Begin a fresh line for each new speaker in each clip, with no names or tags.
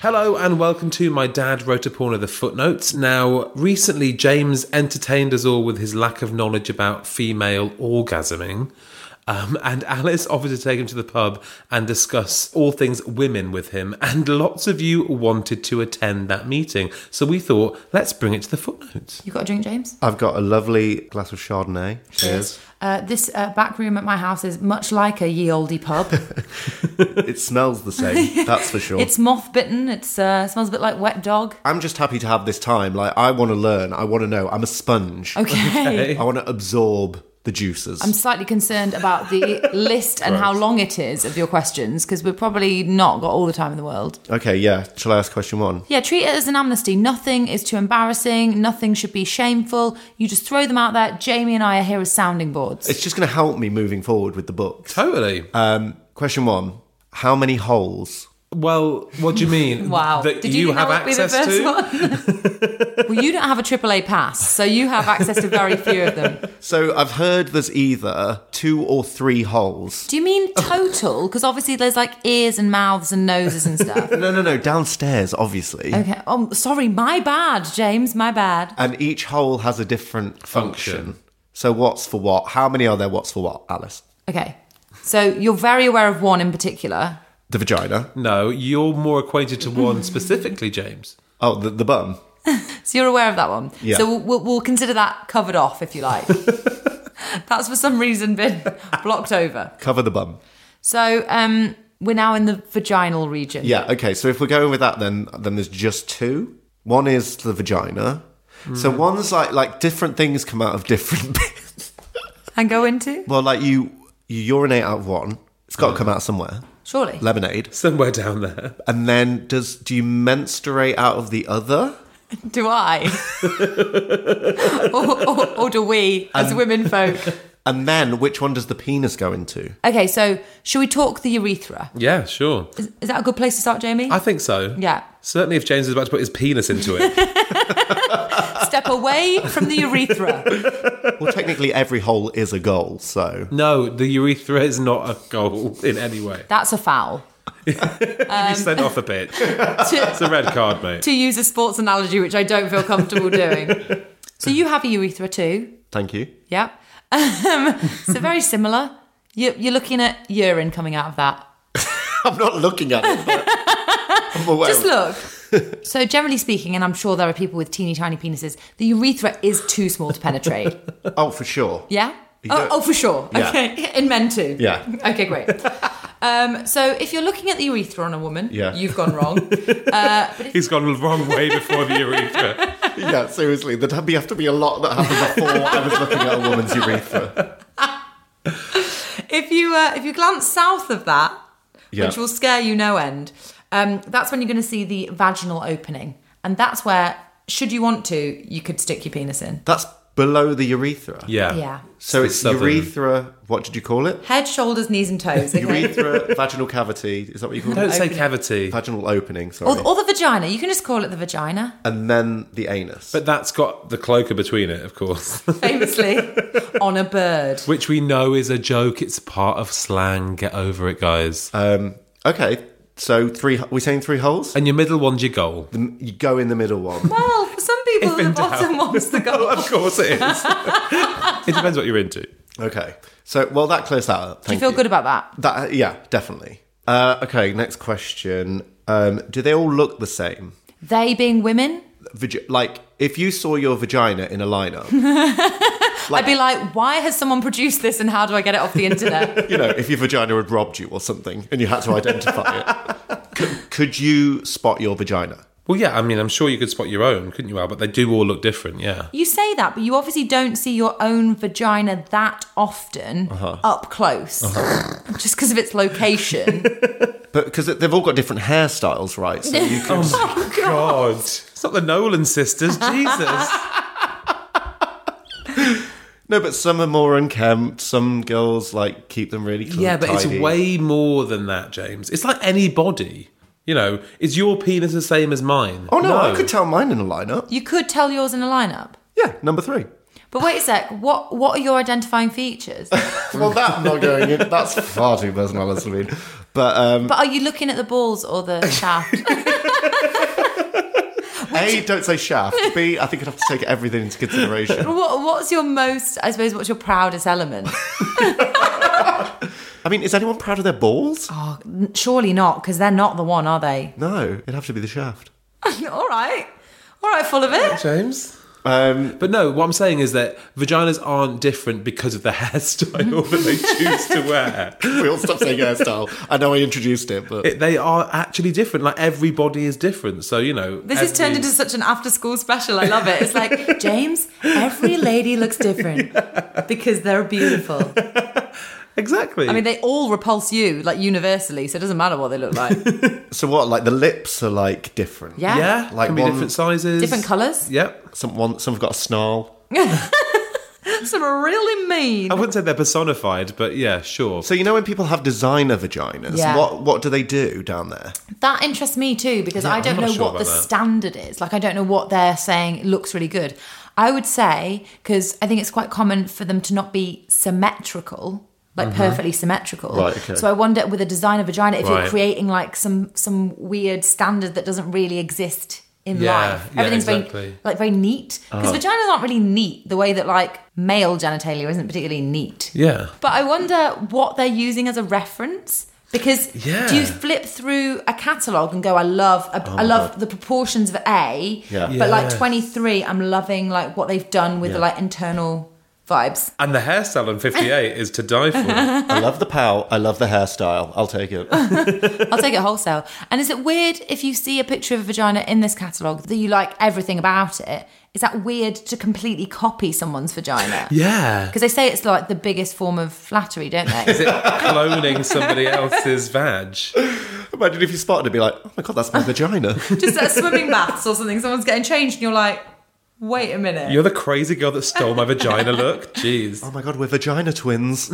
Hello and welcome to My Dad Wrote a Porno The Footnotes. Now, recently James entertained us all with his lack of knowledge about female orgasming. Um, and Alice offered to take him to the pub and discuss all things women with him. And lots of you wanted to attend that meeting. So we thought, let's bring it to the footnotes.
You got a drink, James?
I've got a lovely glass of Chardonnay. Cheers.
Uh, this uh, back room at my house is much like a ye olde pub.
it smells the same, that's for sure.
It's moth bitten. It's uh, smells a bit like wet dog.
I'm just happy to have this time. Like, I want to learn. I want to know. I'm a sponge.
Okay.
I want to absorb the juices.
I'm slightly concerned about the list and how long it is of your questions because we've probably not got all the time in the world.
okay, yeah. Shall I ask question one?
Yeah, treat it as an amnesty. Nothing is too embarrassing. Nothing should be shameful. You just throw them out there. Jamie and I are here as sounding boards.
It's just going to help me moving forward with the book.
Totally.
Question one How many holes?
well, what do you mean?
Wow.
That
Did
you,
you,
have access to?
one? well, you don't have a AAA pass, so you have access to very few of them.
So I've heard there's either two or three holes.
Do you mean total? Because obviously there's like ears and mouths and noses and stuff.
No, no, no. Downstairs, obviously.
Okay. Oh, sorry. My bad, James. My bad.
And each hole has a different function.
Function.
So what's for what? How many are there? What's for what, Alice?
Okay. So you're very aware of one in particular.
The vagina.
No, you're more acquainted to one specifically, James.
Oh, the, the bum.
So you're aware of that one.
Yeah.
So we'll, we'll, we'll consider that covered off if you like. That's for some reason been blocked over.
Cover the bum.
So um, we're now in the vaginal region.
Yeah, okay. So if we're going with that then then there's just two. One is the vagina. So one's like like different things come out of different bits.
And go into?
Well, like you you urinate out of one. It's got to come out somewhere.
Surely.
Lemonade.
Somewhere down there.
And then does do you menstruate out of the other?
Do I? or, or, or do we as women folk?
And then which one does the penis go into?
Okay, so should we talk the urethra?
Yeah, sure.
Is, is that a good place to start, Jamie?
I think so.
yeah.
Certainly, if James is about to put his penis into it.
Step away from the urethra.
Well, technically every hole is a goal, so
no, the urethra is not a goal in any way.
That's a foul. Um,
He's sent off a pitch.
To,
It's a red card, mate.
to use a sports analogy, which I don't feel comfortable doing. So you have a urethra too.
thank you.
Yep. Um, so very similar. You, you're looking at urine coming out of that.
I'm not looking at it. But I'm aware
Just
of it.
look. So generally speaking, and I'm sure there are people with teeny tiny penises, the urethra is too small to penetrate.
Oh, for sure.
Yeah? Oh,
don't-
oh, for sure.
Yeah.
Okay. In men too.
Yeah.
Okay, great. Um, so if you're looking at the urethra on a woman,
Yeah.
you've gone wrong.
He's gone the wrong way before the urethra.
Yeah, seriously, there'd have be- have to be a lot that happened before I was looking at a woman's urethra.
if you uh, if you glance south of that,
Yeah.
which will scare you no end, um, that's when you're going to see the vaginal opening, and that's where, should you want to, you could stick your penis in.
That's below the urethra.
Yeah.
Yeah.
So it's
Southern.
urethra. What did you call it?
Head, shoulders, knees, and toes. Okay.
Urethra vaginal cavity. Is that what you call
Don't
it?
say cavity,
Vaginal opening. Sorry.
or, or the vagina. You can just call it the vagina,
and then the anus.
but that's got the cloaca between it, of course,
famously on a bird.
Uh,
which we know is a joke. It's part of slang. Get over it, guys.
um, okay, So three, we're saying three holes.
And your middle one's your goal.
You go in the middle one.
Well, for some people, the bottom one's the goal.
of course it is. it depends what you're into.
Okay. So, well, that clears that up.
Do you
Thank
feel good about that?
That, yeah, definitely. Uh, okay, next question. Um, do they all look the same?
They being women,
Vag- like, if you saw your vagina in a lineup,
I'd be like, why has someone produced this and how do I get it off the internet?
you know, if your vagina had robbed you or something and you had to identify it, could, could you spot your vagina?
Well, yeah, I mean, I'm sure you could spot your own, couldn't you, Al? But they do all look different, yeah.
you say that, but you obviously don't see your own vagina that often up close, just because of its location.
But because they've all got different hairstyles, right? So you could,
oh, God.
God. It's not the Nolan sisters, Jesus.
no, but some are more unkempt. Some girls like keep them really clean.
yeah, but
tidy.
it's way more than that, James. It's like any body. You know, is your penis the same as mine?
Oh no, I could tell mine in a lineup.
You could tell yours in a lineup.
Yeah, number three.
But wait a sec, what what are your identifying features? but
Well, that I'm not going in. That's far too personal, I mean. But um,
are you looking at the balls or the shaft?
A, don't say shaft. B, I think I'd have to take everything into consideration.
what, what's your most, I suppose, what's your proudest element?
I mean, is anyone proud of their balls?
Oh.
Surely not, because they're not the one, are they?
No, it'd have to be the shaft.
All right. All right, full of it.
James?
Um,
But no, what I'm saying is that vaginas aren't different because of the hairstyle that they choose to wear.
we all stop saying hairstyle. I know I introduced it, but
It- they are actually different. Like everybody is different. So you know,
This is turned
every-
into such an after school special. I love it. It's like, James, every lady looks different because they're beautiful.
exactly.
I mean, they all repulse you, like universally, so it doesn't matter what they look like.
so what? Like the lips are like different.
Yeah.
yeah,
Like
like can be
one-
different sizes,
Different colours.
Yep.
Some one, some have got a snarl.
Some are really mean.
I wouldn't say they're personified, but yeah, sure.
So you know when people have designer vaginas,
Yeah.
what what do they do down there?
That interests me too because I don't
I'm not
know
sure
what the
about that.
standard is. Like, I don't know what they're saying looks really good. I would say, because I think it's quite common for them to not be symmetrical, like
Mm-hmm.
perfectly symmetrical.
Right, okay.
So I wonder with a designer vagina if you're
Right.
creating like some some weird standard that doesn't really exist in
Yeah,
life.
yeah,
Everything's very
exactly. Uh-huh.
like very neat. Because vaginas aren't really neat the way that like male genitalia isn't particularly neat.
yeah.
But I wonder what they're using as a reference because
Yeah. Oh
do you flip through a catalogue and go, I love, I, I love the proportions of A,
Yeah.
but like
Yes.
23, I'm loving like what they've done with the like internal vibes.
And the hairstyle on 58 is to die for.
I love the pow. I love the hairstyle. I'll take it.
I'll take it wholesale. And is it weird if you see a picture of a vagina in this catalogue that you like everything about it? Is that weird to completely copy someone's vagina?
Yeah.
Because they say it's like the biggest form of flattery, don't they?
Is it cloning somebody else's vag?
Imagine if you spotted it, be like, oh my god, that's my vagina.
Just at swimming baths or something, someone's getting changed and you're like, wait a minute.
You're the crazy girl that stole my vagina look. Jeez.
oh my god, we're vagina twins.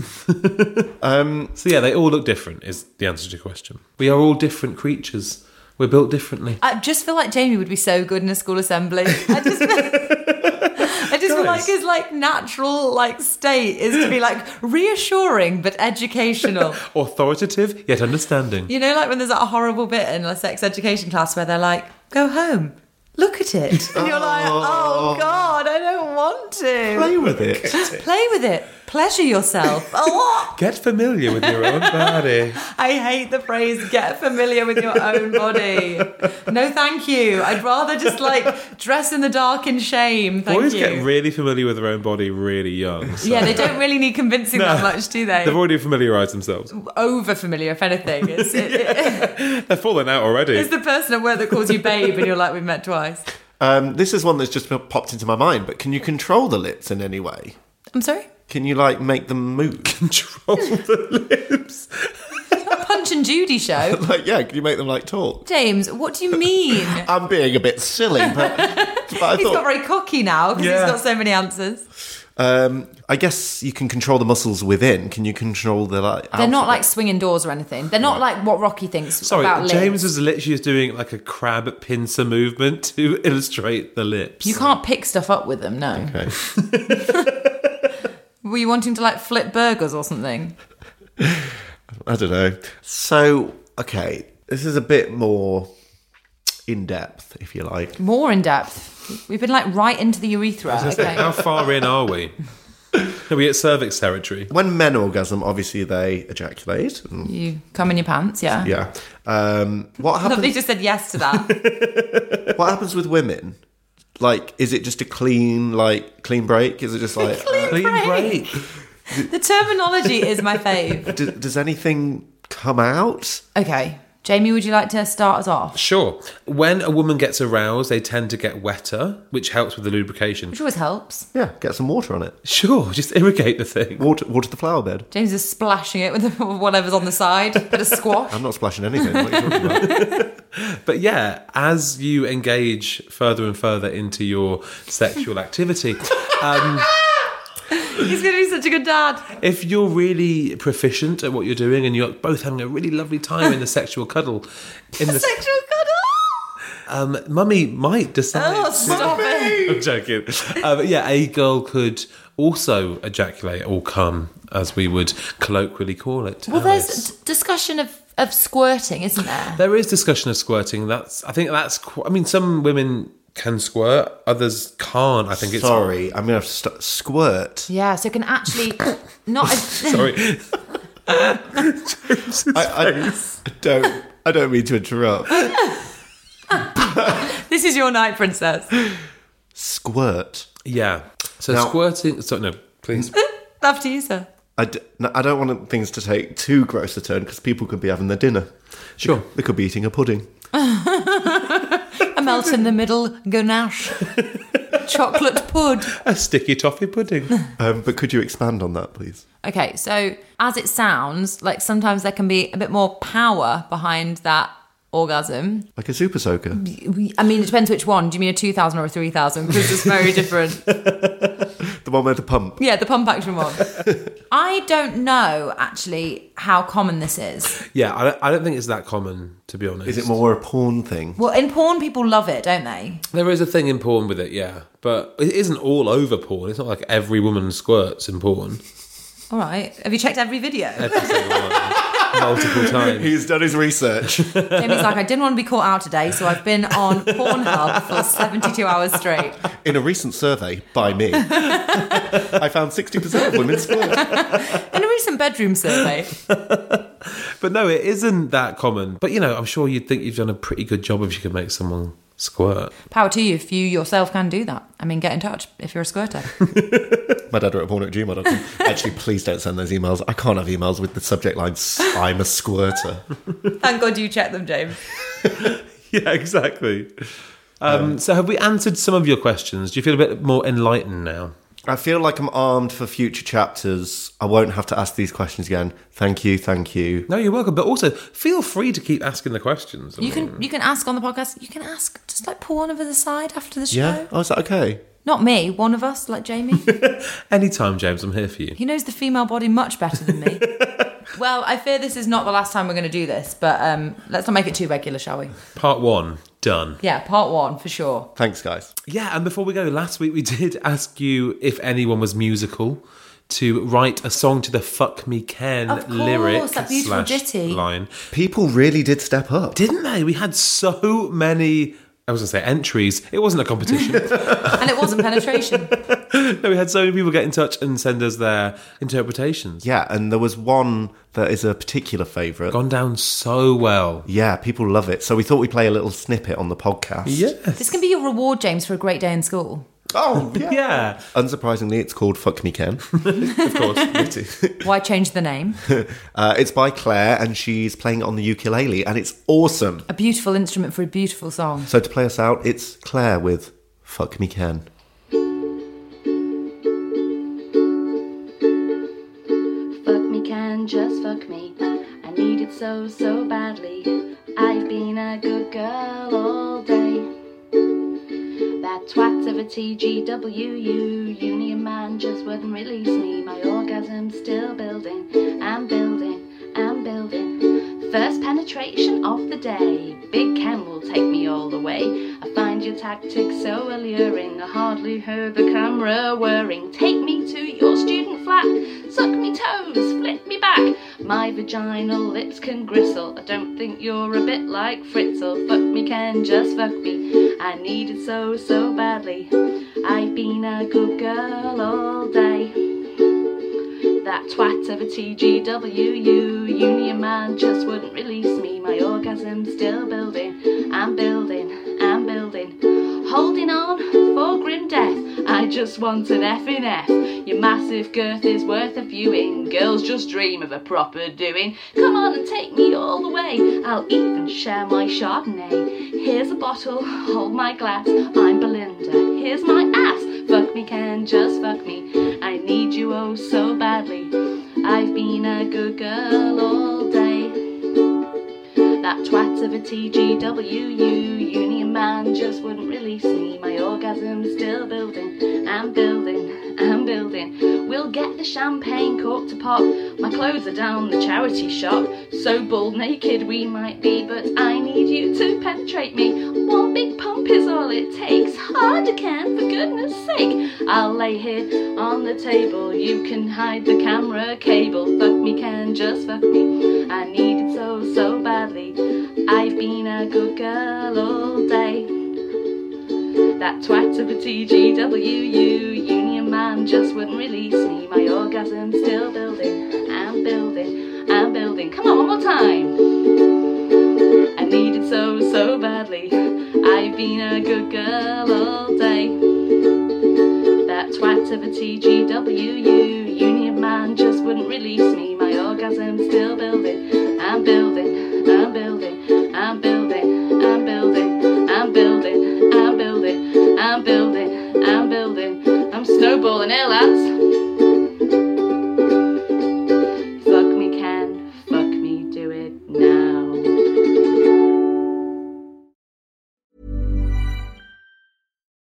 So yeah, they all look different is the answer to your question. We are all different creatures. We're built differently.
I just feel like Jamie would be so good in a school assembly. I just, I just feel like
Guys.
his like natural like state is to be like reassuring but educational.
Authoritative yet understanding.
You know, like when there's that horrible bit in a sex education class where they're like, "Go home, look at it," and you're like, "Oh God, I don't want to
Play with it.
play with it, pleasure yourself." Oh,
Get familiar with your own body.
I hate the phrase "get familiar with your own body." No, thank you. I'd rather just like dress in the dark in shame. Thank
Boys
you.
get really familiar with their own body really young. so-
Yeah, they don't really need convincing that much, do they?
They've already familiarised themselves.
Over familiar, if anything. It's, it-
They're falling out already.
it's the person at work that calls you babe, and you're like, we've met twice.
Um, this is one that's just popped into my mind, but can you control the lips in any way?
I'm sorry.
Can you like make them move?
Control the lips.
Punch and Judy show.
like, yeah, can you make them like talk?
James, what do you mean?
I'm being a bit silly, but, but I
He's got
thought,
very cocky now because
Yeah.
he's got so many answers.
um, I guess you can control the muscles within. Can you control the like?
They're not like swinging doors or anything. They're not like what Rocky thinks
Sorry,
about lips.
James was literally just doing like a crab pincer movement to illustrate the lips.
You can't pick stuff up with them, no.
Okay.
Were you wanting to like flip burgers or something?
I don't know. So okay, This is a bit more in depth, if you like.
More in depth. We've been like right into the urethra.
How
Okay.
far in are we? Are we at cervix territory?
When men orgasm, obviously they ejaculate. and-
You come in your pants, yeah.
Yeah. Um, what
Lovely
happens?
just said yes to that.
what happens with women? Like, is it just a clean, like clean break? Is it just like? uh,
Clean break.
the terminology is my fave.
d- uh, does anything come out?
Okay. Jamie, would you like to start us off?
Sure. When a woman gets aroused, they tend to get wetter, which helps with the lubrication.
Which always helps.
Yeah, get some water on it.
Sure, just irrigate the thing.
Water, water the flower bed.
James is splashing it with whatever's on the side. Bit of squash.
I'm not splashing anything. What are you talking about?
But yeah, as you engage further and further into your sexual activity,
He's going to be such a good dad.
if you're really proficient at what you're doing and you're both having a really lovely time in the sexual cuddle, in the
Sexual cuddle.
um, mummy might decide.
Oh,
to-
stop it.
I'm joking. Uh, but yeah, a girl could also ejaculate or come, as we would colloquially call it.
Well,
Alice.
there's d- discussion of, of squirting, isn't there?
There is discussion of squirting. That's I think that's. qu- I mean, some women can squirt, others can't. I think it's
Sorry, I'm gonna have to st- squirt.
Yeah, so it can actually not. Sorry.
Sorry.
I, I, I don't. I don't mean to interrupt.
This is your night, princess.
Squirt.
Yeah. So
Now-
squirting. Sorry, no, please.
Love to use her.
I, d- no, I don't want things to take too gross a turn because people could be having their dinner.
Sure.
They could be eating a pudding.
A melt in the middle ganache. Chocolate pud.
A sticky toffee pudding.
Um, but could you expand on that, please?
Okay, so as it sounds, like sometimes there can be a bit more power behind that orgasm.
Like a super soaker.
We- I mean, it depends which one. Do you mean a 2000 or a 3000? Because it's very different.
The one with the pump.
Yeah, the pump action one. I don't know actually how common this is.
Yeah, I don't, I don't think it's that common to be honest.
Is it more a porn thing?
Well, in porn, people love it, don't they?
There is a thing in porn with it, yeah, but it isn't all over porn. It's not like every woman squirts in porn.
All right. Have you checked every video?
Multiple times.
He's done his research.
Jamie's like, I didn't want to be caught out today, so I've been on Pornhub for 72 hours straight.
In a recent survey by me, I found 60% of women squirt.
In a recent bedroom survey.
But no, it isn't that common. But you know, I'm sure you'd think you've done a pretty good job if you could make someone squirt.
Power to you if you yourself can do that. I mean, get in touch if you're a squirter.
My dad wrote porn at gmail.com. Actually, please don't send those emails. I can't have emails with the subject line, "S- I'm a squirter.
Thank God you checked them, James.
yeah, exactly. Um, so, have we answered some of your questions? Do you feel a bit more enlightened now?
I feel like I'm armed for future chapters. I won't have to ask these questions again. Thank you, thank you.
No, you're welcome. But also, feel free to keep asking the questions.
You can you can ask on the podcast. You can ask just like pull one of us aside after the show.
Yeah? Oh, is that okay?
Not me, one of us, like Jamie.
Anytime, James, I'm here for you.
he knows the female body much better than me. well, I fear this is not the last time we're going to do this, but um, let's not make it too regular, shall we?
Part one, done.
Yeah, part one for sure.
Thanks, guys.
Yeah, and before we go, last week we did ask you if anyone was musical to write a song to the Fuck Me Ken
Of course,
lyric
that beautiful
slash
ditty.
line.
People really did step up.
Didn't they? We had so many. I was going to say entries. It wasn't a competition.
And it wasn't penetration.
no, we had so many people get in touch and send us their interpretations.
Yeah, and there was one that is a particular favourite.
Gone down so well.
Yeah, people love it. So we thought we'd play a little snippet on the podcast.
This can be your reward, James, for a great day in school.
Oh, yeah.
Yeah.
Unsurprisingly, it's called Fuck Me Ken.
Of course.
Why change the name?
Uh, it's by Claire, and she's playing it on the ukulele, and it's awesome.
A beautiful instrument for a beautiful song.
So to play us out, it's Claire with Fuck Me Ken.
Fuck me can, just fuck me. I need it so, so badly. I've been a good girl all day. That twat of a TGWU union man just wouldn't release me. My orgasm's still building, I'm building, I'm building. First penetration of the day. Big Ken will take me all the way. I find your tactics so alluring. I hardly heard the camera whirring. Take me to your student flat. Suck me toes, flip me back. My vaginal lips can gristle. I don't think you're a bit like Fritzl. Fuck me, Ken, just fuck me. I need it so, so badly. I've been a good girl all day. That twat of a TGWU union man just wouldn't release me. My orgasm's still building. I'm building, I'm building. Holding on for grim death. I just want an F in F. Your massive girth is worth a viewing. Girls just dream of a proper doing. Come on and take me all the way. I'll even share my Chardonnay. Here's a bottle, hold my glass. I'm Belinda. Here's my ass. Fuck me, Ken, just fuck me. I need you oh so badly. I've been a good girl all day. That twat of a TGWU union man just wouldn't release me. My orgasm's still building. I'm building. I'm building. We'll get the champagne cork to pop. My clothes are down the charity shop. So bald naked we might be, but I need you to penetrate me. One big pump is all it takes. Hard can, for goodness sake. I'll lay here on the table. You can hide the camera cable. Fuck me, can just fuck me. I need it so, so badly. I've been a good girl all day. That twat of a TGWU union man just wouldn't release me. My orgasm's still building. I'm building. I'm building. Come on, one more time. I need it so, so badly. I've been a good girl all day. That twat of a TGWU union man just wouldn't release me. My orgasm's still building. I'm building, I'm building, I'm building, I'm building, I'm building, I'm building, I'm building, I'm building. I'm snowballing here, lads. Fuck me, can, fuck me, do it now.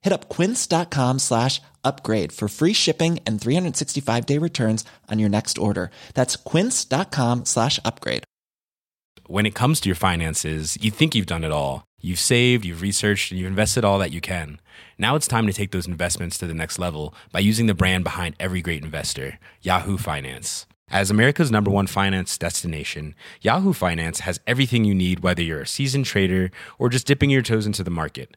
Hit up quince.com slash upgrade for free shipping and 365 day returns on your next order. That's quince.com slash upgrade.
when it comes to your finances, you think you've done it all. You've saved, you've researched, and you've invested all that you can. Now it's time to take those investments to the next level by using the brand behind every great investor, Yahoo Finance. As America's number one finance destination, Yahoo Finance has everything you need, whether you're a seasoned trader or just dipping your toes into the market.